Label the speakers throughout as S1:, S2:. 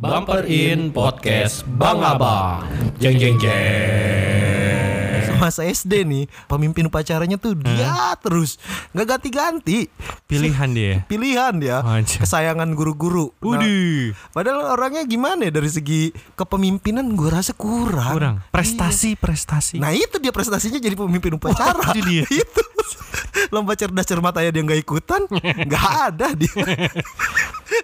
S1: Bumper In Podcast Bang Abang Jeng jeng jeng
S2: masa SD nih pemimpin upacaranya tuh dia terus nggak ganti-ganti
S3: Hmm. Pilihan dia.
S2: pilihan ya
S3: Anjir.
S2: kesayangan guru-guru Nah,
S3: Udi.
S2: padahal orangnya gimana ya dari segi kepemimpinan gue rasa kurang
S3: Kurang.
S2: Iya.
S3: Prestasi, prestasi.
S2: nah itu dia prestasinya jadi pemimpin upacara
S3: Oh, itu dia.
S2: itu lomba cerdas cermat aja dia nggak ikutan nggak ada dia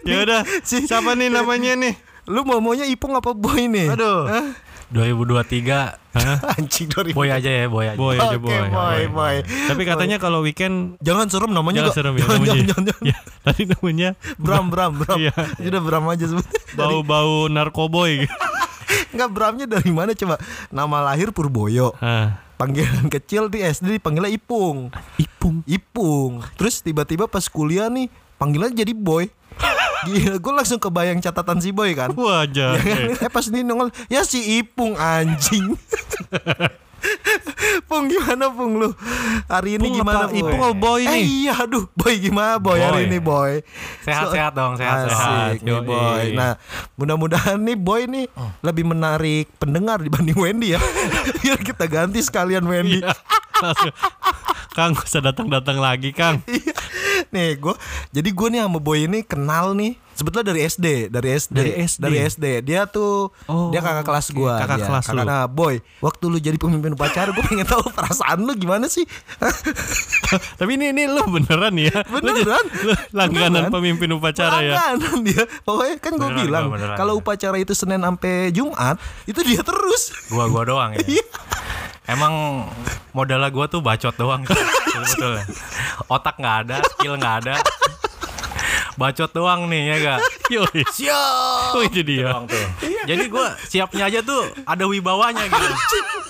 S3: ya udah.
S2: Si-
S3: Siapa nih namanya nih?
S2: lu mau maunya ipung apa boy nih
S3: Aduh.
S2: Hah?
S4: 2023
S2: anjing 2000
S4: boy aja ya boy aja.
S3: gitu. Boy
S2: Oke,
S3: aja boy.
S2: boy, boy.
S3: Tapi katanya kalau weekend
S2: jangan serem namanya
S3: jangan
S2: juga.
S3: serem ya
S2: jangan,
S3: namanya.
S2: jangan, jangan, jangan.
S3: Ya, tadi namanya
S2: Bram Bram Bram
S3: Iya.
S2: Udah Bram aja sebut
S3: bau-bau narkoboy.
S2: Enggak Bramnya dari mana coba Nama lahir Purboyo
S3: Hah.
S2: Panggilan kecil di SD dipanggilnya Ipung
S3: Ipung.
S2: Ipung Terus tiba-tiba pas kuliah nih Panggilan jadi Boy Gila gue langsung kebayang catatan si Boy kan
S3: Wajah.
S2: Eh pas ini nongol Ya si Ipung anjing Pung gimana Pung lu Hari ini
S3: Pung
S2: gimana
S3: apa? Ipung apa Boy
S2: Eh
S3: nih?
S2: iya aduh Boy gimana Boy, hari
S4: Boy.
S2: ini Boy
S4: Sehat-sehat dong,
S2: Asik
S4: sehat-sehat.
S2: nih
S4: Yoi.
S2: Boy Nah mudah-mudahan nih Boy nih
S3: Oh.
S2: Lebih menarik pendengar dibanding Wendy ya Biar kita ganti sekalian Wendy
S3: Iya. Langsung. Kang, gak usah datang-datang lagi, Kang.
S2: Iya. Nih gue Jadi gue nih sama Boy ini kenal nih Sebetulnya dari SD Dari SD
S3: Dari SD.
S2: Dari SD. Dia tuh
S3: Oh,
S2: Dia kakak kelas
S3: oke.
S2: gue
S3: Kakak kelas lu.
S2: Nah Boy Waktu lu jadi pemimpin upacara Gue pengen tahu perasaan lu gimana sih
S3: Tapi ini ini lu beneran ya? Lu jadi-
S2: Beneran.
S3: Lu langganan
S2: Beneran.
S3: pemimpin upacara ya?
S2: Langganan dia Pokoknya kan gue
S4: Beneran,
S2: bilang
S4: gua beneran.
S2: Kalau upacara itu Senin sampai Jumat Itu dia terus
S4: Gua gua doang ya. Emang modalnya gua tuh bacot doang. Betul. ya. Otak nggak ada, skill nggak ada. Bacot doang nih ya gak?
S3: Yoi.
S4: Siap.
S3: Oh, itu dia.
S4: Doang tuh. Jadi gua siapnya aja tuh ada wibawanya gitu.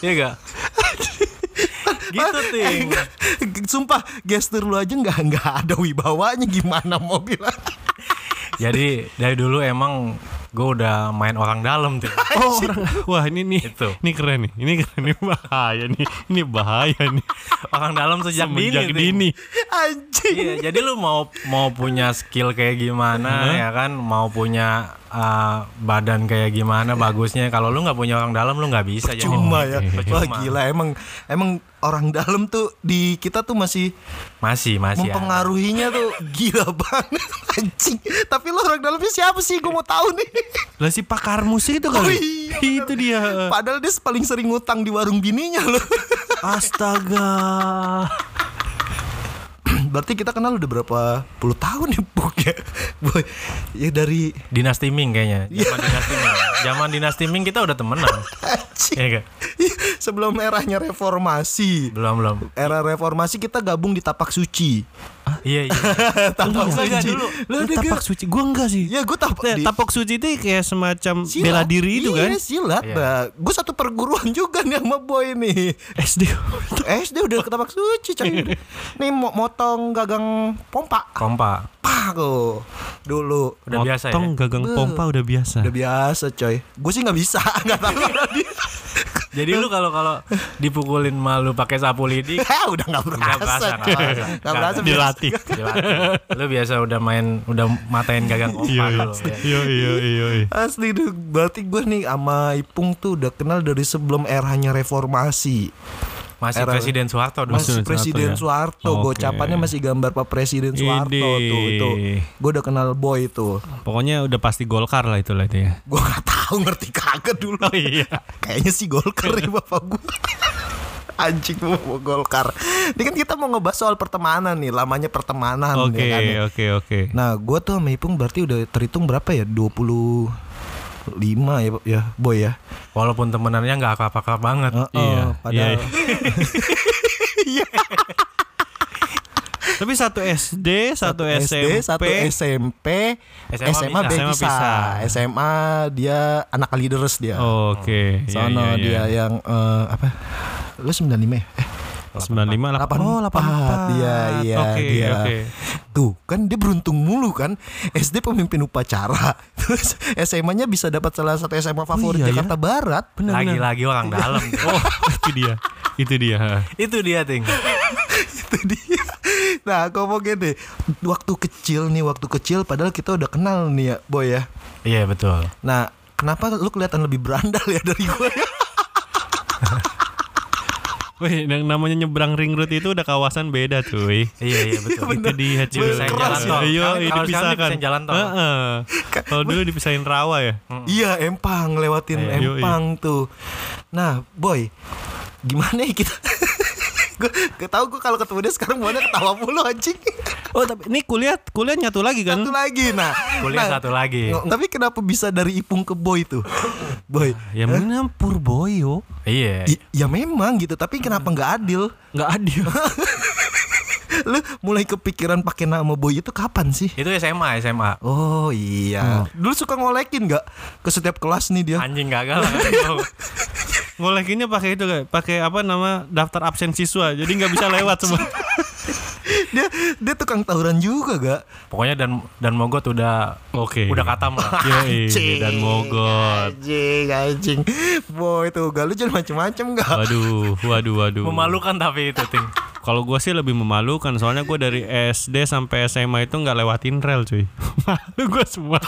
S4: Iya gak?
S3: Eh,
S4: Gitu ting.
S3: Iya.
S2: Sumpah gestur lu aja nggak nggak ada wibawanya gimana mau bilang
S4: Jadi dari dulu emang gua udah main orang dalam tuh.
S3: Oh, orang. Wah, ini nih.
S4: Itu.
S3: Ini keren nih. Ini keren nih bahaya nih. Ini bahaya nih.
S4: Orang dalam sejak
S3: Semenjak
S4: dini. Ting.
S3: dini.
S2: anjing
S4: Iya, jadi lu mau mau punya skill kayak gimana ya kan, mau punya uh, badan kayak gimana bagusnya kalau lu nggak punya orang dalam lu nggak
S3: Iya.
S4: bisa jadi.
S2: cuma ya wah
S4: Percuma.
S2: gila emang emang orang dalam tuh di kita tuh masih
S4: Masih, masih. ada.
S2: mempengaruhinya tuh gila banget anjing tapi lo orang dalamnya siapa sih gue mau tahu nih
S3: Lah si pakar musik itu
S2: Oh,
S3: kali.
S2: iya,
S3: itu dia.
S2: padahal dia paling sering ngutang di warung bininya lo
S3: Astaga.
S2: berarti kita kenal udah berapa puluh tahun ya Puk ya boy ya dari
S4: Dinasti Ming kayaknya.
S3: Iya.
S4: Zaman Dinasti Ming. Zaman Dinasti Ming kita udah temenan.
S2: anjing
S4: Iya gak?
S2: sebelum eranya reformasi
S4: Belum, belum.
S2: era reformasi kita gabung di tapak suci
S4: Iya, iya.
S2: tapak
S4: enggak, enggak,
S2: suci
S4: dulu.
S2: Lu
S3: Lu
S2: ada
S3: tapak
S2: gak?
S3: suci. Gua enggak sih.
S2: ya gue tapak di-
S3: Tapak Nah, suci itu kayak semacam
S2: silat.
S3: bela diri itu
S2: Iya,
S3: kan.
S2: silat
S4: Iya.
S2: gue satu perguruan juga nih sama boy nih
S3: SD.
S2: SD udah ke tapak suci coy nih mo- motong gagang pompa
S4: Kompa.
S2: pah tuh dulu
S4: Udah biasa ya.
S3: Motong gagang pompa udah biasa.
S2: Nah. udah biasa coy gue sih nggak bisa nggak tahu kalau dia
S4: Jadi lu kalau kalau dipukulin malu pakai sapu lidi
S2: Hah, udah nggak berasa
S4: Nggak berasa,
S2: coy.
S4: nggak berasa.
S2: nggak berasa
S3: Dilatih.
S4: dilatih. lu biasa udah main udah matain gagang kompa
S3: Iya, iya.
S4: lu. ya.
S3: Iya, iya, iya, iya.
S2: Asli tuh berarti gue nih sama Ipung tuh udah kenal dari sebelum eranya reformasi.
S4: Masih
S2: Era-
S4: Presiden Soeharto dulu.
S2: Masih
S3: Masih
S2: Presiden Soeharto,
S3: Oke.
S2: gocapannya masih gambar Pak Presiden Soeharto
S3: Ini.
S2: tuh itu. Gue udah kenal boy tuh.
S3: Pokoknya udah pasti Golkar lah itu lah itu ya.
S2: Gue gak tahu ngerti kagak dulu.
S3: iya.
S2: Kayaknya sih Golkar ya bapak gue. Anjing bapak Golkar. Ini kan kita mau ngebahas soal pertemanan nih, lamanya pertemanan ya
S3: Oke,
S2: kan, ya.
S3: oke, oke.
S2: Nah, gue tuh sama Ipung berarti udah terhitung berapa ya? 25 ya, ya boy ya.
S4: Walaupun temenannya nggak apa-apa banget.
S2: Heeh,
S3: Iya,
S2: padahal
S3: iya. Tapi satu SD, satu, SMP,
S2: satu SMP, SMA,
S4: SMA
S2: dia pisah.
S3: SMA
S4: pisah.
S3: pisah.
S2: SMA dia anak leaders dia.
S3: Oke, iya,
S2: Sono
S3: iya, iya.
S2: dia yang eh, apa? Lu 95 ya? Eh,
S3: 95
S2: 84
S3: oh, 84.
S2: dia iya
S3: Oke,
S2: dia.
S3: oke.
S2: Tuh, kan dia beruntung mulu kan. SD pemimpin upacara. Terus SMA-nya bisa dapat salah satu SMA favorit
S3: iya ya.
S2: Jakarta Barat.
S4: Lagi-lagi orang dalam.
S3: Oh, itu dia. Itu dia.
S4: Itu dia ting.
S2: Itu dia. Nah ngomongin nih Waktu kecil nih Waktu kecil padahal kita udah kenal nih ya Boy ya
S4: Iya betul.
S2: Nah kenapa lu kelihatan lebih berandal ya dari gue ya
S3: Wih, yang namanya nyebrang ring road itu udah kawasan beda cuy.
S4: Iya iya betul.
S3: Itu dia cuy.
S4: Dipisahin
S2: Keras
S4: jalan tol.
S3: Iya,
S4: Kalau
S3: ini
S4: sekarang
S3: dipisahkan.
S4: dipisahin jalan tol.
S3: Heeh. Kalau dulu dipisahin rawa ya.
S2: Iya empang lewatin
S3: Iya, iya.
S2: empang tuh. Nah boy, gimana ya kita? gue tahu gue kalau ketemu dia sekarang maunya ketawa mulu anjing.
S3: Oh, tapi ini kuliah kuliah nyatu lagi kan?
S2: Satu lagi nah. nah,
S4: Kuliah satu lagi.
S2: ng- Tapi kenapa bisa dari ipung ke boy tuh? Boy.
S3: Ya mana Purboyo?
S4: Iya.
S2: i- ya memang gitu, tapi kenapa nggak adil?
S3: Nggak adil.
S2: Lu mulai kepikiran pakai nama boy itu kapan sih?
S4: Itu SMA SMA.
S2: Oh iya.
S4: Hmm.
S2: Dulu suka ngolekin nggak ke setiap kelas nih dia?
S4: Anjing gagal. Aduh.
S3: Ngolekinnya pakai itu kayak pakai apa nama daftar absen siswa. Jadi nggak bisa lewat semua.
S2: Dia dia tukang tawuran juga gak?
S4: Pokoknya dan dan mogot udah
S3: Oke.
S4: udah katam lah.
S2: Iya,
S3: Yoi,
S2: Anjing,
S3: dan mogot.
S2: Anjing, anjing. Boy tuh gak lu jangan macem-macem gak?
S3: Waduh, waduh, waduh.
S4: Memalukan tapi itu ting.
S3: Kalau gue sih lebih memalukan soalnya gue dari SD sampai SMA itu nggak lewatin rel cuy. Malu gue semua.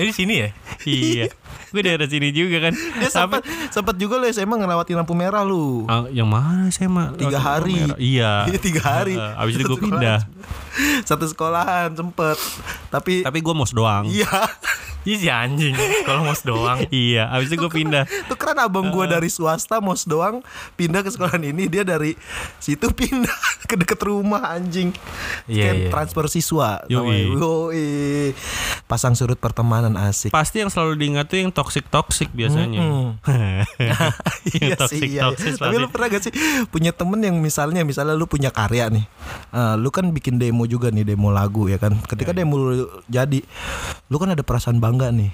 S4: Ini di sini ya.
S3: iya. Gue daerah sini juga kan.
S2: Dia sempat sempat juga lu SMA ngelewatin lampu merah lu.
S3: Ah, yang mana SMA?
S2: Tiga
S3: Lewatin
S2: hari.
S3: merah. Iya.
S2: Iya, tiga hari.
S3: Heeh, Abis itu gue
S2: Satu
S3: pindah.
S2: sekolahan. Satu sekolahan sempet. Tapi,
S3: Tapi gue mos doang.
S2: iya.
S4: Iya si anjing. Kalau mos doang.
S3: Iya, abis itu gue pindah.
S2: Tuh keren abang gua dari swasta mos doang pindah ke sekolahan ini dia dari situ pindah ke deket rumah anjing.
S4: Iya,
S2: Camp
S4: iya.
S2: transfer siswa.
S3: Yoi.
S2: namanya. Yoi. Pasang surut pertemanan asik.
S3: Pasti yang selalu diingat tuh yang toxic toxic biasanya.
S2: iya sih iya. Tapi lu pernah gak sih punya temen yang misalnya misalnya lu punya karya nih, Eh, lu kan bikin demo juga nih demo lagu ya kan. Ketika demo lu jadi, lu kan ada perasaan bangga nih,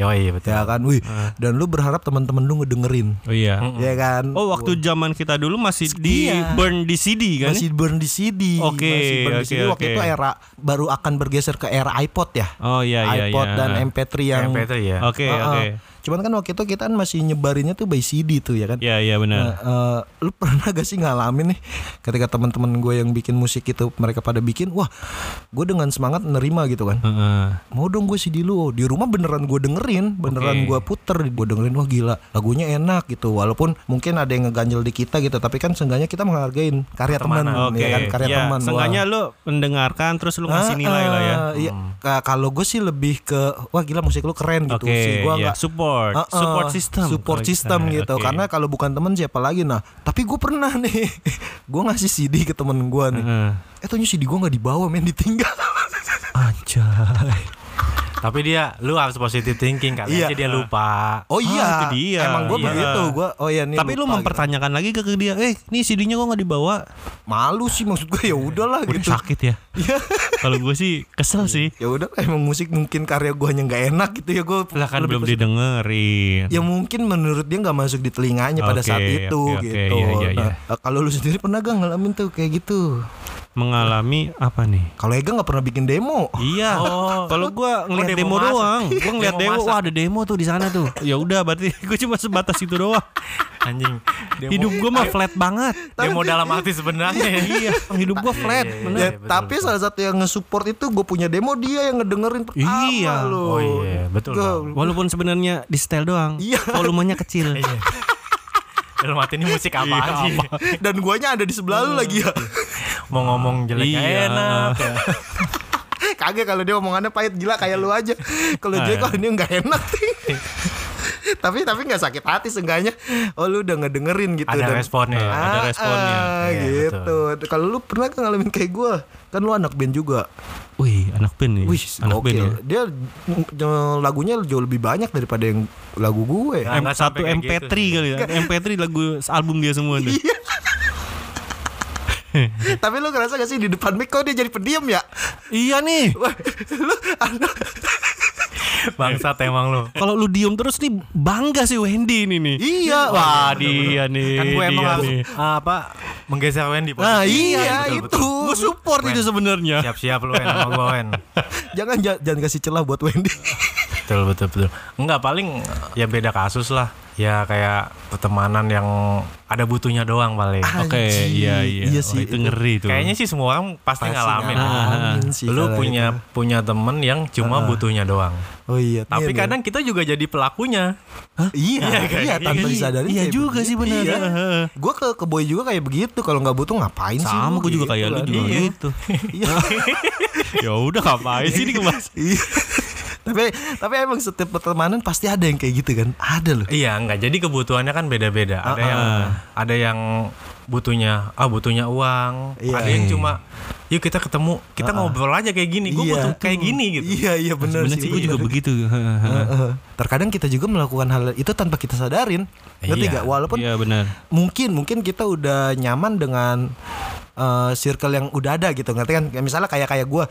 S4: Yo iya betul.
S2: ya kan. Wih, dan lu berharap teman-teman lu ngedengerin,
S3: Oh iya.
S2: ya kan.
S3: Oh waktu zaman kita dulu masih di
S2: Iya.
S3: burn di CD kan?
S2: masih burn di CD,
S3: Oke,
S2: masih burn di
S3: oke,
S2: CD. Waktu
S3: oke.
S2: itu era baru akan bergeser ke era iPod ya.
S3: Oh iya iya
S2: iPod
S3: iya.
S2: dan MP3 yang
S4: MP3 ya.
S3: Oke
S2: Heeh.
S3: oke.
S2: Cuman kan waktu itu kita kan masih nyebarinnya tuh by CD tuh ya kan.
S3: Iya iya benar.
S2: Nah, eh, lu pernah gak sih ngalamin nih ketika teman-teman gue yang bikin musik itu mereka pada bikin, wah, gue dengan semangat nerima gitu kan.
S3: Heeh.
S2: Mau dong gue CD lu oh, di rumah beneran gue dengerin, beneran
S3: Oke.
S2: gue puter, gue dengerin wah gila, lagunya enak gitu. Walaupun mungkin ada yang ngeganjel di kita gitu, tapi kan seenggaknya kita menghargain karya teman,
S3: Oke.
S2: ya kan karya teman. Wah.
S3: Sengganya lu mendengarkan terus lu ngasih
S2: Ah,
S3: nilai lah ya.
S2: ah, iya. Ka- Kalau gue sih lebih ke wah gila musik lu keren gitu
S3: Oke.
S2: sih. Gue
S3: iya.
S2: nggak
S3: Support.
S2: Ah, ah,
S3: support system.
S2: support
S3: kalau
S2: system
S3: misalnya.
S2: gitu
S3: Oke.
S2: karena kalau bukan temen siapa lagi nah tapi gue pernah nih gue ngasih CD ke temen gue nih
S3: Heeh.
S2: eh taunya CD gue nggak dibawa main ditinggal
S3: Anjay.
S4: Tapi dia lu harus positive thinking kali
S2: Iya.
S4: aja dia lupa.
S2: oh
S3: itu
S2: iya
S3: dia,
S2: emang gue
S3: iya.
S2: begitu gue oh iya nih
S3: Tapi lu
S2: lupa
S3: mempertanyakan lagi ke, ke dia, eh, nih CD-nya kok nggak dibawa?
S2: gitu. malu sih maksud gue ya udahlah
S3: Udah
S2: gitu
S3: sakit ya. Kalau gue sih kesel sih.
S2: ya udah emang musik mungkin karya gue hanya nggak enak gitu ya gue
S3: Lah kan belum didengerin.
S2: ya mungkin menurut dia nggak masuk di telinganya pada
S3: Oke,
S2: saat itu
S3: oke, oke,
S2: gitu
S3: iya, iya, iya.
S2: Nah, kalau lu sendiri pernah gak ngalamin tuh kayak gitu
S3: Mengalami apa nih?
S2: kalau Ega nggak pernah bikin demo
S3: Iya. Kalau gua ngeliat
S4: Oh,
S3: demo,
S4: demo masak.
S3: doang, gua ngeliat
S4: Demo
S3: demo,
S4: masak.
S3: wah ada demo tuh di sana tuh. Ya udah berarti gua cuma sebatas itu doang.
S4: Anjing. Demo,
S3: Hidup gua mah flat banget.
S4: demo dalam arti sebenarnya.
S3: iya, hidup gua flat.
S4: Iya, iya,
S3: bener.
S2: Ya,
S4: betul,
S2: tapi
S4: betul.
S2: salah satu yang nge-support itu gue punya demo dia yang ngedengerin pertama
S3: Iya.
S2: loh.
S4: Oh iya, betul,
S2: Gua-
S4: Bang.
S3: Walaupun sebenarnya di style doang,
S2: Iya.
S3: volumenya kecil.
S4: Iya. Dalam arti ini musik apa
S3: Iya,
S4: anjing?
S2: Dan guanya ada di sebelah lu lagi ya.
S4: Mau ngomong jelek
S3: Iya.
S4: enak. ya?
S2: Eh, Kagak kalau dia omongannya pahit gila kayak lu aja. Kalau dia
S3: Ah.
S2: kalau ini nggak enak. tapi tapi nggak sakit hati seenggaknya oh lu udah ngedengerin gitu
S4: Ada responnya,
S3: ada responnya.
S2: ah,
S4: Iya,
S2: gitu kalau lu pernah kan ngalamin kayak gue kan lu anak band juga
S3: Wih, anak band nih.
S2: wih
S3: anak band ya.
S2: gokil dia mm, lagunya jauh lebih banyak daripada yang lagu gue
S4: Nah,
S3: M
S4: nggak
S3: satu
S4: sampai kayak
S3: MP3
S4: gitu sih.
S3: kali ya. MP3 lagu album dia semua tuh.
S2: Iya. tapi lu ngerasa gak sih di depan mic kok dia jadi pendiam ya
S3: iya nih.
S2: Wah, lu anak
S4: Bangsat emang lu.
S3: Kalau lu diem terus nih bangga sih Wendy ini nih.
S2: Iya,
S3: Wah, dia nih.
S4: Kan gue emang
S3: dia
S4: harus
S3: nih.
S4: apa menggeser Wendy.
S2: Nah,
S4: posisi.
S2: iya,
S4: betul,
S2: itu.
S4: betul.
S3: Gue support itu sebenarnya.
S4: Siap-siap lu Wen sama gue Wen.
S2: jangan ja- jangan kasih celah buat Wendy.
S4: Betul betul betul. Enggak paling ya beda kasus lah. ya kayak pertemanan yang ada butuhnya doang paling. Gitu.
S3: Oke, iya iya.
S2: Iya
S3: Wah,
S2: sih,
S3: itu
S2: itu.
S3: ngeri tuh.
S4: Kayaknya sih semua orang pasti,
S2: Pasti
S4: ngalamin. Ah.
S2: ngalamin sih
S4: Lu
S2: kalau
S4: punya punya temen yang cuma butuhnya doang.
S2: Oh iya.
S4: Tapi
S2: iya,
S4: kadang kita juga jadi pelakunya.
S2: Hah? Iya,
S4: Iya,
S2: iya,
S4: kayak gitu.
S2: tanpa disadari.
S3: kan? Iya
S2: kayak
S3: juga
S2: begitu.
S3: sih benar.
S2: Iya. Gua ke ke boy juga kayak begitu. Kalau nggak butuh ngapain sih? lu?
S3: Sama gue
S2: Gitu
S3: juga kayak lu
S2: kan.
S3: juga
S2: Iya.
S3: gitu. ya udah ngapain sih ini kebas?
S2: Iya. tapi tapi emang setiap pertemanan pasti ada yang kayak gitu kan? Ada
S3: Eh,
S2: loh.
S4: Iya, enggak. Jadi kebutuhannya kan beda-beda.
S2: Ah,
S4: Ada yang ada yang butuhnya ah butuhnya uang.
S2: Iya. Ah,
S4: Ada yang cuma yuk kita ketemu, kita ngobrol aja kayak gini. Gue
S2: Iya.
S4: butuh kayak gini gitu.
S2: Iya iya benar
S3: Sebenarnya
S2: sih.
S3: sih gue juga
S2: bener.
S3: begitu.
S2: Heeh. Terkadang kita juga melakukan hal itu tanpa kita sadarin. Ngerti
S4: Iya.
S2: gak? Walaupun
S3: Iya benar.
S2: mungkin mungkin kita udah nyaman dengan eh, circle yang udah ada gitu ngerti kan Kayak misalnya kayak kayak gue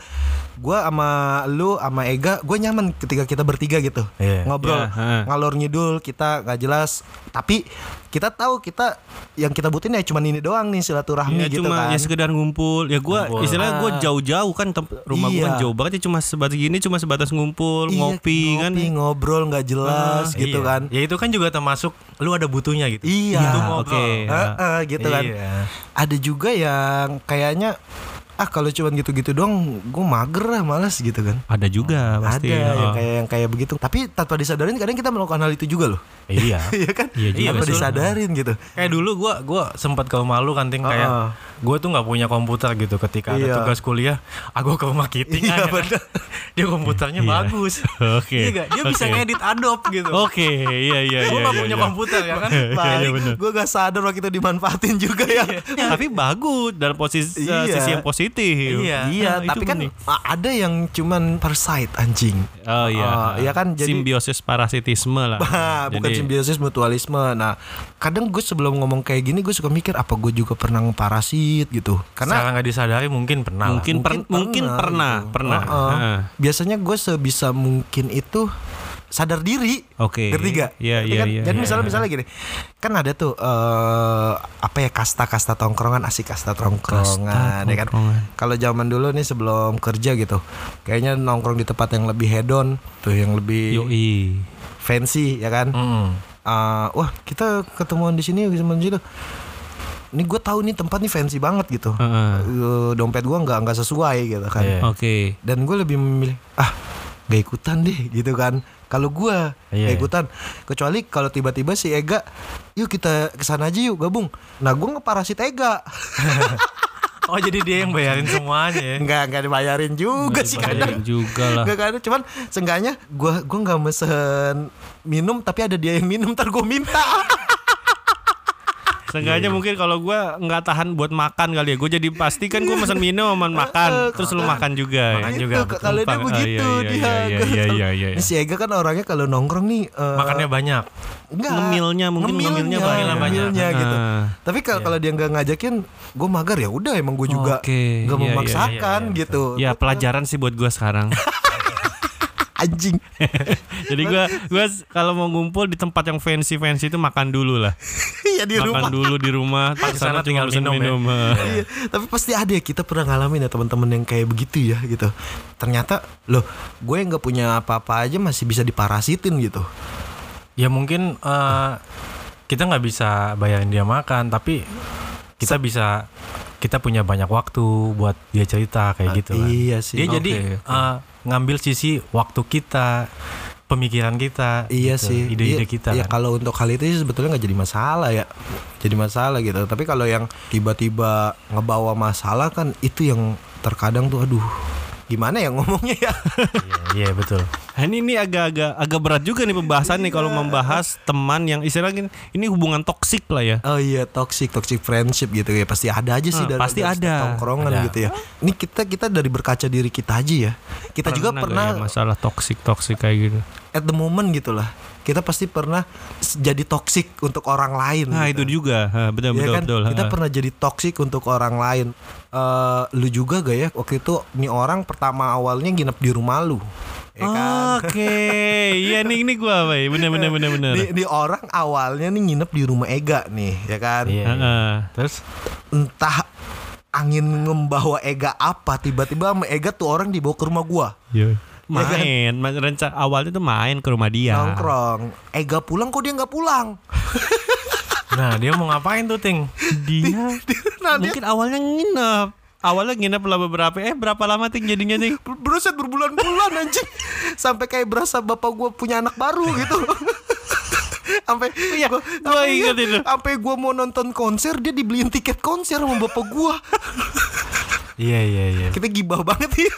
S2: gue sama lu sama Ega gue nyaman ketika kita bertiga gitu
S4: Iya.
S2: ngobrol
S3: Iya, heeh.
S2: ngalor ngidul kita nggak jelas tapi kita tahu kita yang kita butuhin ya cuman ini doang nih silaturahmi
S3: Ya
S2: gitu
S3: cuma
S2: kan Ah.
S3: ya sekedar ngumpul. Ya gue
S4: Ngumpul.
S3: istilahnya gue jauh-jauh kan temp- rumah gue kan
S2: Iya.
S3: jauh banget ya cuma sebatas gini cuma sebatas ngumpul,
S2: Iya,
S3: ngopi, kan.
S2: ngopi, ngobrol nggak jelas gitu
S4: Iya.
S2: kan
S4: Ya itu kan juga termasuk lu ada butuhnya gitu.
S2: Iya.
S4: Itu
S2: Iya,
S4: ngobrol.
S3: oke.
S2: Heeh, gitu kan
S4: Iya.
S2: ada juga yang kayaknya ah kalau cuman gitu-gitu doang gue mager lah males gitu kan
S3: Ada juga pasti.
S2: ada
S3: ya.
S2: yang kayak yang kayak begitu tapi tanpa disadarin kadang kita melakukan hal itu juga loh
S4: Iya.
S2: iya kan
S3: Iya juga
S2: tanpa
S4: betul.
S2: disadarin gitu
S4: Kayak dulu gua gua sempat ke rumah lu kan ting kayak
S2: Heeh.
S4: gua tuh nggak punya komputer gitu ketika
S2: Ah, Iya.
S4: ada tugas kuliah, aku ke rumah Kiting
S2: Iya,
S4: aja kan.
S2: bener.
S4: Dia komputernya
S3: Iya.
S4: bagus.
S3: Oke.
S4: Iya nggak? Dia bisa
S3: Oke.
S4: ngedit Adobe gitu.
S3: Oke, iya iya
S4: Gua
S3: iya.
S4: nggak
S3: iya,
S4: punya
S3: iya.
S4: komputer ya kan.
S3: iya, bener. Iya.
S2: gue gak sadar waktu itu dimanfaatin juga ya
S3: Tapi bagus dalam posisi eh,
S2: Iya.
S3: sisi yang positif.
S4: Iya.
S2: iya
S3: Nah, itu
S2: tapi kan
S3: bener.
S2: a- ada yang cuman parasite anjing
S3: Oh iya.
S2: Oh, iya kan, jadi-
S3: simbiosis parasitisme lah.
S2: Hah, bukan
S3: Jadi-
S2: simbiosis mutualisme. Nah, kadang gue sebelum ngomong kayak gini gue suka mikir apa gue juga pernah ngeparasit gitu. Karena
S4: Karena nggak disadari mungkin pernah. lah.
S3: mungkin per- mungkin pernah,
S2: gitu.
S3: pernah. Ah,
S2: Heeh.
S3: Heeh.
S2: Biasanya gue sebisa mungkin itu sadar diri.
S3: Oke.
S2: Ngerti gak?
S3: Iya,
S2: Ngerti
S3: iya,
S2: kan?
S3: iya,
S2: Jadi
S3: iya.
S2: misalnya misalnya gini, kan ada tuh eh apa ya kasta-kasta tongkrongan, asik kasta tongkrongan, ya kan?
S3: tongkrongan.
S2: Kalau zaman dulu nih sebelum kerja gitu, kayaknya nongkrong di tempat yang lebih hedon, tuh yang lebih
S3: Yoi. Hmm.
S2: fancy, ya kan?
S4: Mm.
S2: Ah, wah kita ketemuan di sini ketemuan di situ ini gue tahu nih tempat nih fancy banget gitu
S3: Heeh.
S2: Eh, dompet gue nggak nggak sesuai gitu kan
S4: Iya.
S3: Oke.
S2: dan gue lebih memilih ah gak ikutan deh gitu kan kalau gue gak
S4: Iya.
S2: ikutan kecuali kalau tiba-tiba si Ega yuk kita kesana aja yuk gabung nah gue ngeparasit Ega
S4: Oh jadi dia yang bayarin semuanya. ya.
S2: nggak nggak dibayarin juga sih kadang
S3: Bayarin juga lah.
S2: Nggak kadang cuman seenggaknya gue gua nggak mesen minum tapi ada dia yang minum ntar gue minta
S3: Seenggaknya mungkin kalau gua nggak tahan buat makan kali ya. Gue jadi pasti kan gue pesan minum sama makan, terus lu makan juga.
S4: Makan
S3: ya.
S4: juga,
S2: Itu, Gitu. kalau dia
S3: Numpang.
S2: begitu
S3: Ah, iya,
S2: dia
S3: Iya
S2: Gua
S3: iya
S2: tahu.
S3: iya iya.
S2: Ini si Ega kan orangnya kalau nongkrong nih eh,
S4: Makannya banyak.
S2: enggak
S3: Ngemilnya mungkin
S2: ngemilnya,
S3: ngemilnya banyak.
S2: ngemilnya gitu.
S3: Ah.
S2: Tapi kalau kalau dia nggak ngajakin, gue mager ya udah emang gue juga
S3: Oke,
S2: nggak
S3: iya, iya,
S2: memaksakan
S4: iya, iya,
S2: gitu.
S3: Ya pelajaran sih buat gua sekarang.
S2: Anjing.
S3: Jadi gua gua s- kalau mau ngumpul di tempat yang fancy fancy itu makan dulu lah.
S2: Iya di
S3: makan
S2: rumah.
S3: dulu di rumah. Pas sana
S4: sana tinggal
S3: tinggal minum.
S4: minum ya.
S3: minum. Heeh.
S2: Iya, tapi pasti ada ya kita pernah ngalamin ya teman-teman yang kayak begitu ya gitu. Ternyata loh, gue yang nggak punya apa-apa aja masih bisa diparasitin gitu.
S4: Ya mungkin eh, kita nggak bisa bayarin dia makan, tapi kita bisa kita punya banyak waktu buat dia cerita kayak gitu kan.
S2: Iya sih.
S4: Dia
S2: Oke,
S4: jadi eh, ngambil sisi waktu kita, pemikiran kita,
S2: Iya
S4: gitu,
S2: sih.
S4: ide-ide
S2: Iya-
S4: kita.
S2: Iya
S4: kan.
S2: kalau untuk hal itu sih sebetulnya nggak jadi masalah ya. Jadi masalah gitu. Tapi kalau yang tiba-tiba ngebawa masalah kan itu yang terkadang tuh aduh gimana ya ngomongnya ya.
S4: Iya, iya, betul.
S3: Nah, Ini ini agak-agak agak berat juga nih pembahasan nih kalau membahas teman yang istilahnya gini, ini hubungan toksik lah ya.
S2: Oh iya toxic toxic friendship gitu ya pasti ada aja sih
S3: Ah,
S2: dari
S3: pasti
S2: dari
S3: ada.
S2: tongkrongan
S4: Ada.
S2: gitu ya. Ini kita kita dari berkaca diri kita aja ya. Kita juga
S3: nggak
S2: pernah
S3: ya masalah toksik toksik kayak gitu.
S2: at the moment gitulah. Kita pasti pernah s- jadi toxic untuk orang lain.
S3: Nah
S2: gitu.
S3: itu juga Ha,
S2: ya
S3: betul betul
S2: kan
S3: betul.
S2: kita
S3: Ha.
S2: pernah jadi toksik untuk orang lain Eh, lu juga gak ya waktu itu nih orang pertama awalnya nginep di rumah lu ya
S3: Ah.
S2: kan
S3: Oke, iya nih ini gua apa ya? Bener bener bener bener.
S2: Di, di orang awalnya nih nginep di rumah Ega nih ya kan
S4: Iya.
S3: Heeh.
S4: Terus
S2: entah angin membawa Ega apa tiba-tiba sama Ega tuh orang dibawa ke rumah gua
S3: Iya. main ma- renca- awalnya tuh main ke rumah
S2: Ya kan?
S3: dia
S2: nongkrong Ega pulang kok dia nggak pulang
S4: Nah dia mau ngapain tuh Ting?
S3: dia mungkin awalnya nginep awalnya nginep lah beberapa eh berapa lama ting jadinya ting
S2: beruset berbulan-bulan anjing sampai kayak berasa bapak gue punya anak baru gitu sampai iya, gua, sampai-
S3: ingat itu.
S2: sampai gue mau nonton konser dia dibeliin tiket konser sama bapak gue
S4: Iya iya iya.
S2: kita gibah banget ya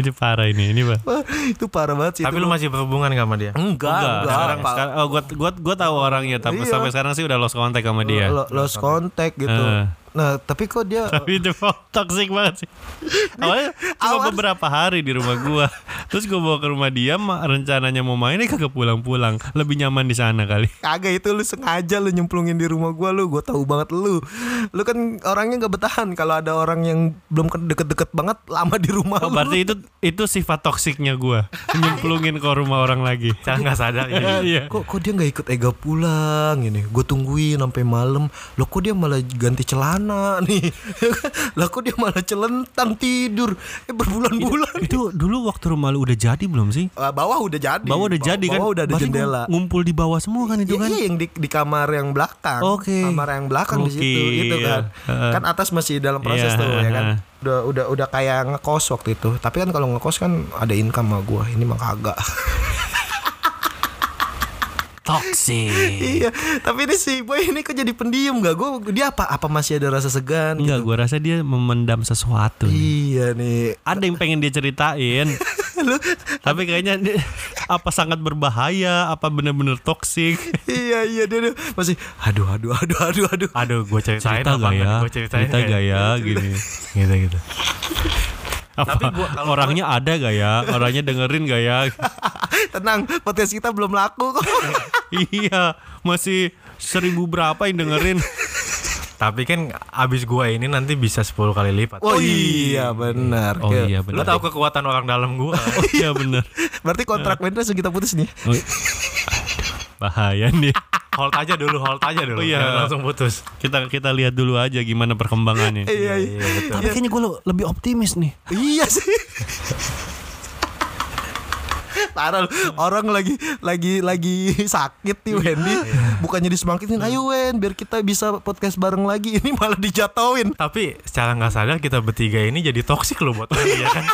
S3: ini parah ini ini pak
S2: itu parah banget sih
S4: Tapi
S2: itu.
S4: lu masih berhubungan sama dia?
S2: enggak
S3: Enggak,
S2: enggak,
S3: sekarang,
S2: Pak.
S3: sekarang- oh, gua, gua, gua tahu orangnya tapi
S2: Iya.
S3: sampai sekarang sih udah lost contact sama dia.
S2: Lo- lost contact gitu
S3: Eh.
S2: nah tapi kok dia
S3: Tapi itu toxic banget sih. Awalnya cuma
S2: awal-
S3: beberapa hari di rumah gua. Terus gua bawa ke rumah dia, ma- rencananya mau mainnya kagak pulang-pulang. Lebih nyaman di sana kali.
S2: Kagak itu lu sengaja lu nyemplungin di rumah gua lu, gua tahu banget lu. Lu kan orangnya nggak bertahan kalau ada orang yang belum ke- deket-deket banget lama di rumah
S3: Oh,
S2: lu.
S3: berarti itu itu sifat toksiknya gua. Nyemplungin ke rumah orang lagi.
S4: Cara nggak sadar. Iya. iya.
S3: Iya.
S2: Kok kok dia nggak ikut Ega pulang ini? Gue tungguin sampai malam. Loh kok dia malah ganti celana nih? Lah kok dia malah celentang tidur? Eh berbulan-bulan.
S3: itu dulu waktu rumah lu udah jadi belum sih?
S2: Ah, bawah udah jadi.
S3: Bawah udah
S2: Ba-
S3: jadi kan?
S2: Bawah udah ada
S3: Berarti ngum-
S2: jendela.
S3: Ngumpul di bawah semua kan
S2: Iya,
S3: itu kan?
S2: iya, yang di, di kamar yang belakang.
S3: Oke.
S2: Kamar yang belakang di situ
S3: Oke,
S2: gitu kan.
S3: iya. Heeh.
S2: Kan atas masih dalam proses
S3: Iya,
S2: tuh ya kan.
S3: heeh.
S2: Udah udah udah kayak ngekos waktu itu. Tapi kan kalau ngekos kan ada income sama gua. Ini mah kagak.
S3: Iya. Toxic.
S2: iya, tapi ini sih boy ini kok jadi pendiam gak? Gua dia apa apa masih ada rasa segan
S3: Enggak,
S2: gitu.
S3: gua rasa dia memendam sesuatu.
S2: Iya nih.
S3: ada yang pengen dia ceritain
S2: Lu
S3: tapi kayaknya ini apa sangat berbahaya apa bener-bener toksik
S2: iya iya dia, dia masih aduh aduh aduh aduh aduh.
S4: Aduh gue ceritain
S3: cerita gak
S4: apa
S3: ya
S4: Gue ceritain
S3: cerita gak
S4: nggak
S3: ya gini
S4: Gitu gitu.
S3: apa orangnya ada gak ya orangnya dengerin gak ya
S2: Tenang, podcast kita belum laku kok.
S3: iya masih seribu berapa yang dengerin
S4: Tapi kan abis gue ini nanti bisa 10 kali lipat.
S2: Oh iya benar.
S3: oh iya
S4: Lu
S3: benar
S4: tahu kekuatan orang dalam gue.
S3: oh iya benar
S2: Berarti kontrak main langsung kita putus nih.
S3: Oh, i- bahaya nih
S4: hold aja dulu, hold aja
S3: Oh,
S4: dulu.
S3: iya.
S4: Jangan langsung putus.
S3: kita kita lihat dulu aja gimana perkembangannya
S2: Iya iya.
S4: betul.
S3: tapi kayaknya gue lebih optimis nih
S2: Iya sih. Parah lu. orang lagi lagi lagi sakit nih Wendy bukannya disemangkitin ayo Wen biar kita bisa podcast bareng lagi ini malah dijatoin
S4: Tapi secara nggak sadar kita bertiga ini jadi toksik loh buat Wendy ya kan.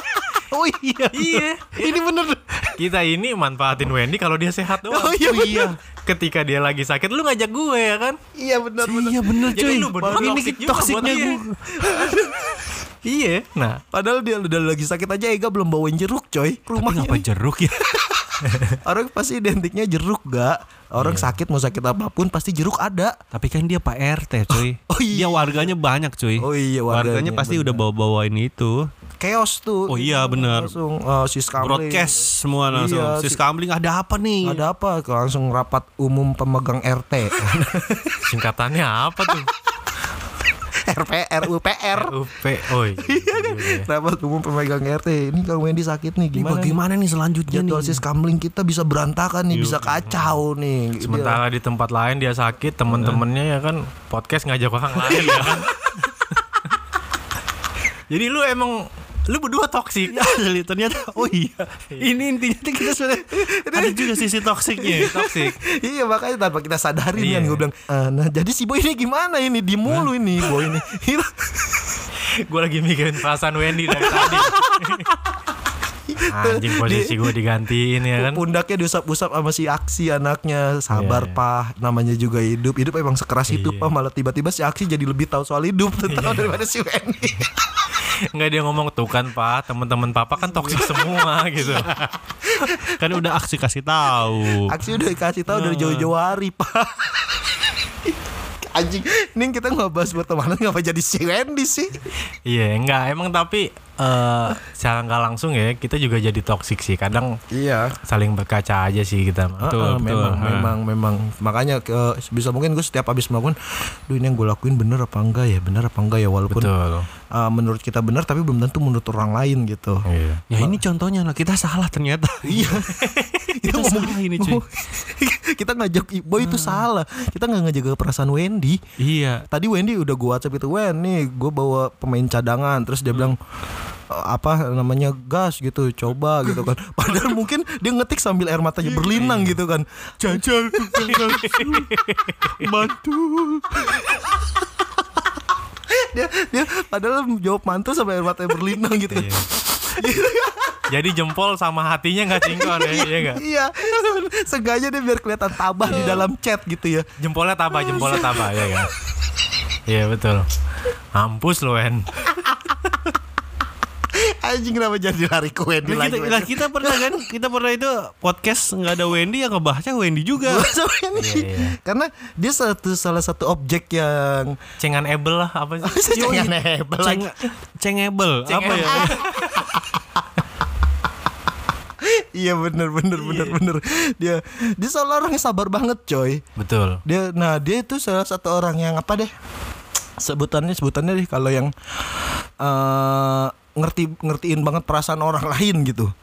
S2: oh iya
S4: Iya.
S2: ini bener
S4: Kita ini manfaatin Wendy kalau dia sehat doang.
S2: Oh, iya, bener.
S4: Ketika dia lagi sakit lu ngajak gue ya kan.
S2: iya bener bener
S3: iya bener cuy
S4: Jadi lu berdua
S3: ini
S4: toxic juga
S3: toksiknya
S4: buat dia.
S3: gue
S4: Iya. Nah,
S2: padahal dia udah lagi sakit aja Ega belum bawain jeruk coy ke
S3: Tapi
S2: rumahnya
S3: ngapa jeruk ya?
S2: orang pasti identiknya jeruk gak orang
S3: Iya.
S2: sakit mau sakit apapun pasti jeruk ada
S3: Tapi kan dia Pak RT cuy
S2: Oh iya.
S3: Dia warganya banyak cuy
S2: Oh iya, warganya,
S3: Warganya pasti udah bawa-bawain itu
S2: chaos tuh
S3: Oh iya, bener.
S2: langsung eh, si Skamling.
S3: Broadcast semua langsung
S2: Iya,
S3: Si
S2: si-
S3: Skamling ada apa nih?
S2: ada apa langsung rapat umum pemegang RT
S4: singkatannya apa tuh?
S2: RPR UPR
S4: UP. Oh iya.
S2: rapat umum pemegang RT ini kalau Wendy sakit nih
S3: kan? Ini
S2: gimana
S3: bagaimana nih selanjutnya
S2: jadwal
S3: nih? Iya,
S2: sis kamling kita bisa berantakan nih bisa kacau nih Dia-
S4: Sementara di tempat lain dia sakit, temen-temennya ya kan podcast ngajak orang lain ya kan. Jadi lu emang lu berdua toksik.
S3: Asli, ternyata oh iya ini intinya tuh kita sebenarnya ada juga sisi toksiknya
S4: toksik.
S2: iya makanya tanpa kita sadarin
S4: Iya.
S2: kan gue bilang "Eh, nah jadi si boy ini gimana ini di mulu ini boy ini Iya.
S4: Gue lagi mikirin perasaan Wendy dari tadi. Anjing posisi gue digantiin ya kan.
S2: pundaknya diusap-usap sama si aksi anaknya sabar pah namanya juga hidup hidup emang sekeras hidup Pak. malah tiba-tiba si aksi jadi lebih tahu soal hidup tentang daripada si Wendy
S4: Enggak dia ngomong tuh kan pak temen-temen papa kan toksik semua gitu.
S3: Kan udah aksi kasih tahu
S2: Aksi udah kasih tahu dari jauh-jauh hari, Pak. Anjing, ini kita nggak bahas pertemanan ngapa jadi si Wendy sih?
S4: Iya enggak emang tapi eh secara nggak langsung ya kita juga jadi toksik sih. Kadang
S2: Iya.
S4: saling berkaca aja sih kita. mah.
S3: Betul, betul.
S2: memang,
S4: Nah.
S3: Ah.
S2: memang, memang. Makanya ke, bisa mungkin gue setiap habis melakukan, duh ini yang gue lakuin bener apa enggak ya, bener apa enggak ya, walaupun
S4: Betul.
S2: eh, menurut kita bener, tapi belum tentu menurut orang lain gitu.
S4: Iya.
S3: Ya ini contohnya lah kita salah ternyata
S2: Iya, Oh.
S3: Kita salah ini cuy
S2: ngomong- kita ngajak Iboy itu salah. Kita nggak ngejaga perasaan Wendy.
S3: Iya.
S2: Tadi Wendy udah gua WhatsApp itu, "Wen, nih gua bawa pemain cadangan." Terus dia bilang "E, apa namanya gas gitu coba gitu kan padahal mungkin dia ngetik sambil air matanya berlinang gitu kan
S3: Jajar mantul.
S2: dia dia padahal jawab mantul sampai air matanya berlinang gitu
S4: Jadi jempol sama hatinya nggak sinkron ya, iya nggak?
S2: iya sengaja dia biar kelihatan tabah di dalam chat gitu ya
S4: Jempolnya tabah, jempolnya tabah ya nggak? Iya betul. Mampus lu Wen.
S2: anjing kenapa jadi lari ke Wendy
S3: Lah
S2: lagi
S3: Nah, kita, lah kita pernah kan, kita pernah itu podcast nggak ada Wendy yang ngebahasnya Wendy juga.
S2: sama
S3: Iya,
S2: Wendy karena dia satu salah satu objek yang
S4: Cengan ebel lah apa sih?
S2: Jangan hebel
S3: Ceng, cengebel apa ya?
S2: Iya bener bener bener bener dia dia salah orang yang sabar banget coy
S4: Betul.
S2: dia nah dia itu salah satu orang yang apa deh sebutannya sebutannya deh kalau yang eh ngerti ngertiin banget perasaan orang lain gitu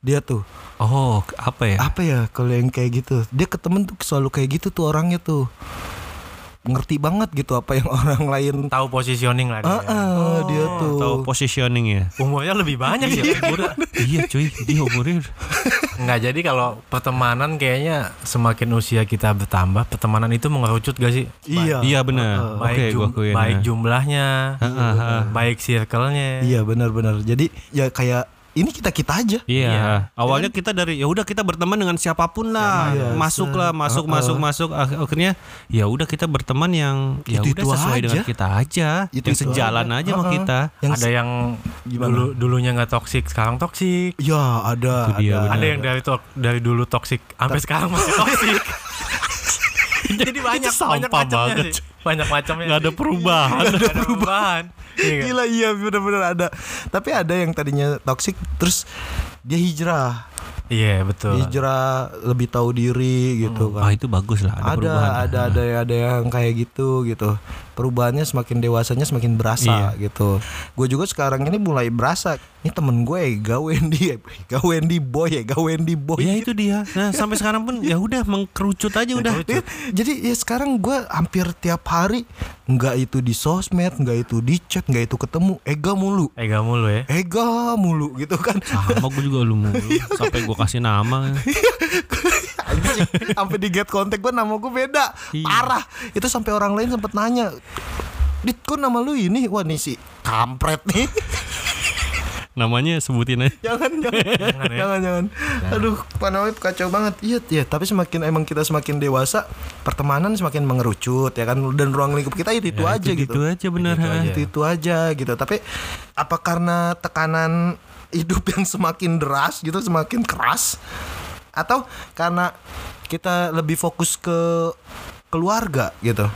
S2: dia tuh
S3: Oh apa ya?
S2: apa ya kalau yang kayak gitu dia ke temen tuh selalu kayak gitu tuh orangnya tuh ngerti banget gitu apa yang orang lain tahu
S4: Tahu positioning lah dia.
S2: dia tuh
S3: Iya. Oh, Tahu positioning ya?
S4: Umurnya lebih banyak sih. Wen. Umurnya-
S3: iya cuy, dia umurnya
S4: Nggak jadi kalau pertemanan kayaknya semakin usia kita bertambah, pertemanan itu mengerucut gak sih?
S2: iya
S3: Iya benar.
S4: Baik,
S3: Oke, gua
S4: jum-
S3: akuin.
S4: baik
S3: Nah.
S4: jumlahnya, gitu.
S3: Heeh, heeh.
S4: baik circle-nya.
S2: iya benar-benar jadi ya kayak ini kita kita aja
S3: Iya.
S4: Iya.
S3: Awalnya kita dari ya udah kita berteman dengan siapapun lah.
S2: kan? Iya,
S3: masuklah, masuk masuk masuk Ak- akhirnya ya udah kita berteman yang ya
S2: Itu-itu
S3: udah sesuai
S2: aja.
S3: dengan kita aja.
S2: Itu-itu
S3: yang sejalan aja sama
S2: Heeh.
S3: kita.
S2: yang
S4: ada yang
S2: Gimana?
S4: dulu dulunya nggak toksik, sekarang toksik.
S2: ya ada
S3: Itu dia,
S2: ada.
S4: Ada yang dari to- dari dulu toksik sampai sekarang masih toksik. jadi banyak
S3: sampah
S4: banyak macamnya
S3: banget.
S4: sih. Banyak macamnya.
S3: Nggak ada
S4: sih.
S3: perubahan.
S4: Nggak ada perubahan. Iya nggak?
S2: Gila iya bener-bener ada Tapi ada yang tadinya toxic Terus dia hijrah
S4: Iya, betul.
S2: Hijrah lebih tahu diri gitu
S3: Ah
S2: kan
S3: itu bagus lah ada,
S2: ada
S3: perubahan.
S2: ada ada ada yang kayak gitu gitu perubahannya semakin dewasanya semakin berasa gitu gue juga sekarang ini mulai berasa ini temen gue Ega Wendy Ega Wendy boy Ega Wendy boy
S3: Ya itu dia. Nah, sampai sekarang pun ya udah mengkerucut aja udah.
S2: Iya, jadi ya sekarang gue hampir tiap hari nggak itu di sosmed nggak itu di chat nggak itu ketemu Ega mulu
S4: Ega mulu
S3: Eh.
S4: ya.
S2: Ega mulu gitu kan
S3: Ah, Sama gue juga lu mulu. Sampai gue kasih nama.
S2: Anjing, sampai di get kontak gue nama gue beda
S3: Iya.
S2: parah itu sampai orang lain sempet nanya dit kok nama lu ini wah nih si kampret nih
S3: Namanya sebutin aja.
S2: jangan jangan jangan, jangan. aduh panoip kacau banget iya iya tapi semakin emang kita semakin dewasa pertemanan semakin mengerucut ya kan dan ruang lingkup kita itu, itu aja gitu
S3: Itu aja benar. ha.
S2: itu itu aja gitu tapi apa karena tekanan hidup yang semakin deras gitu semakin keras atau karena kita lebih fokus ke keluarga gitu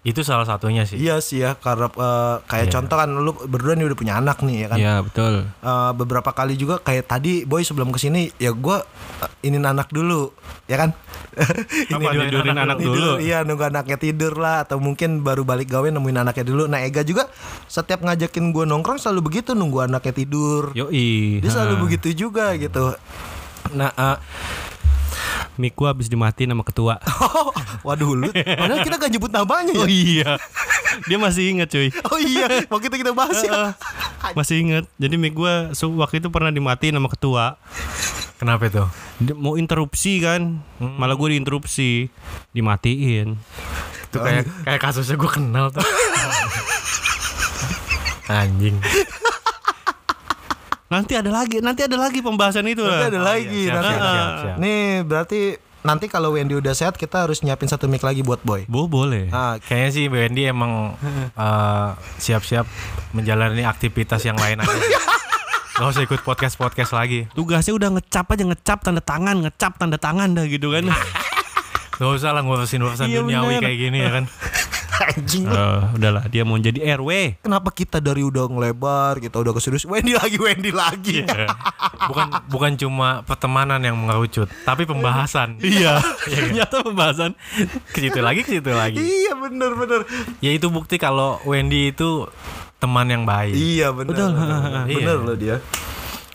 S4: Itu salah satunya sih.
S2: iya sih ya karena eh, kayak contoh kan lu berdua nih udah punya anak nih ya kan
S3: Iya betul.
S2: Eh, beberapa kali juga kayak tadi boy sebelum kesini ya gue ini anak dulu ya kan ini
S4: Apa,
S3: tidurin anak dulu.
S2: iya nunggu anaknya tidur lah atau mungkin baru balik gawe nemuin anaknya dulu nah Ega juga setiap ngajakin gue nongkrong selalu begitu nunggu anaknya tidur
S3: Yoi. Ah,
S2: dia
S3: ha.
S2: selalu begitu juga gitu nah eh,
S3: Mic gua habis dimatiin sama ketua.
S2: waduh lu padahal kita gak nyebut namanya ya
S3: Oh iya. Dia masih ingat cuy.
S2: oh iya waktu itu kita bahas ya
S3: Masih ingat. Jadi mic gua su- waktu itu pernah dimatiin sama ketua.
S4: Kenapa itu?
S3: Dia mau interupsi kan.
S2: Hmm.
S3: Malah gue diinterupsi. Dimatiin.
S4: Itu
S3: Iya.
S4: kayak kayak kasusnya gue kenal tuh. Anjing.
S3: Nanti ada lagi, nanti ada lagi pembahasan itu
S2: Nanti
S3: lah.
S2: ada lagi
S4: Oh iya, siap,
S2: nanti
S4: siap, siap, siap.
S2: nih berarti nanti kalau Wendy udah sehat kita harus nyiapin satu mic lagi buat boy
S3: Bo boleh.
S2: ah
S4: Kayaknya sih Wendy emang eh, siap-siap menjalani aktivitas yang lain aja. Gak usah ikut podcast-podcast lagi.
S3: Tugasnya udah ngecap aja ngecap tanda tangan, ngecap tanda tangan dah gitu kan.
S2: Ah.
S4: Gak usah lah ngurusin urusan
S3: Iya, bener.
S4: duniawi kayak gini ya kan.
S2: anjing
S3: Eh, udahlah, dia mau jadi RW.
S2: kenapa kita dari udah ngelebar kita udah keserius Wendy lagi Wendy lagi
S4: Bukan bukan cuma pertemanan yang mengerucut, tapi pembahasan.
S3: Iya. Ternyata pembahasan.
S4: Ke situ lagi, ke situ lagi.
S2: iya bener bener
S4: Ya itu bukti kalau Wendy itu teman yang baik.
S2: iya bener
S3: Betul.
S2: bener, bener.
S4: Iya.
S2: Bener loh dia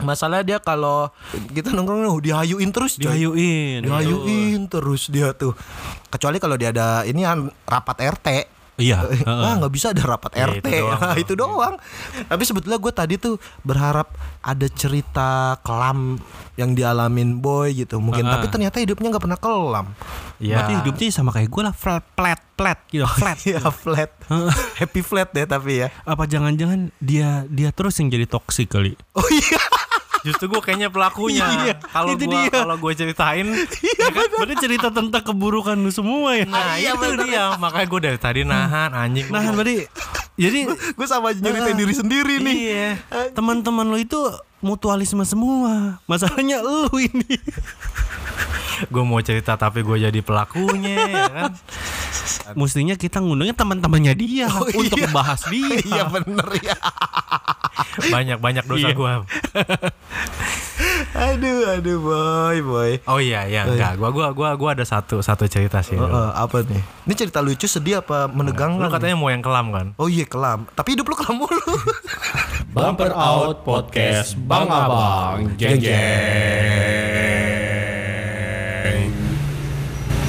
S2: Masalah dia kalau kita nongkrong tuh dihayuin terus coy.
S3: Dihayuin.
S2: Dihayuin terus dia tuh. Kecuali kalau dia ada ini kan rapat RT.
S3: Iya.
S2: Wah nggak bisa ada rapat
S4: Iya,
S2: RT
S4: itu doang.
S2: Nah, itu doang. Tapi sebetulnya gue tadi tuh berharap ada cerita kelam yang dialamin boy gitu mungkin. Tapi ternyata hidupnya nggak pernah kelam.
S4: Iya.
S3: Berarti hidupnya sama kayak gue lah flat flat flat gitu flat.
S2: Iya flat, happy flat deh tapi ya.
S3: Apa jangan-jangan dia dia terus yang jadi toksik kali?
S2: Oh iya.
S4: Justru gue kayaknya pelakunya.
S3: Iya,
S4: kalau
S3: itu
S4: gua
S3: dia.
S4: kalau gue ceritain,
S3: Ya kan? Berarti cerita tentang keburukan lu semua ya.
S4: nah itu dia. Makanya gue dari tadi nahan anjing.
S3: Nah, berarti jadi
S2: gue sama aja nyeritain diri sendiri nih.
S3: Iya. Teman-teman lu itu mutualisme semua. Masalahnya lu ini.
S4: gue mau cerita tapi gue jadi pelakunya, ya kan?
S3: Mestinya kita ngundangnya teman-temannya dia untuk membahas
S2: Oh,
S3: dia.
S2: Iya bener ya.
S4: Banyak banyak dosa
S3: Iya.
S4: gue.
S2: Aduh, aduh boy, boy.
S4: Oh iya iya enggak. Gue gua gua gua ada satu satu cerita sih.
S2: Eh,
S4: dulu.
S2: eh, apa nih? Ini cerita lucu sedih apa
S4: Lu
S2: menegangkan?
S4: katanya mau yang kelam kan?
S2: Oh iya kelam. Tapi hidup lu kelam mulu.
S1: Bumper Out Podcast Bang Abang Jeng Jeng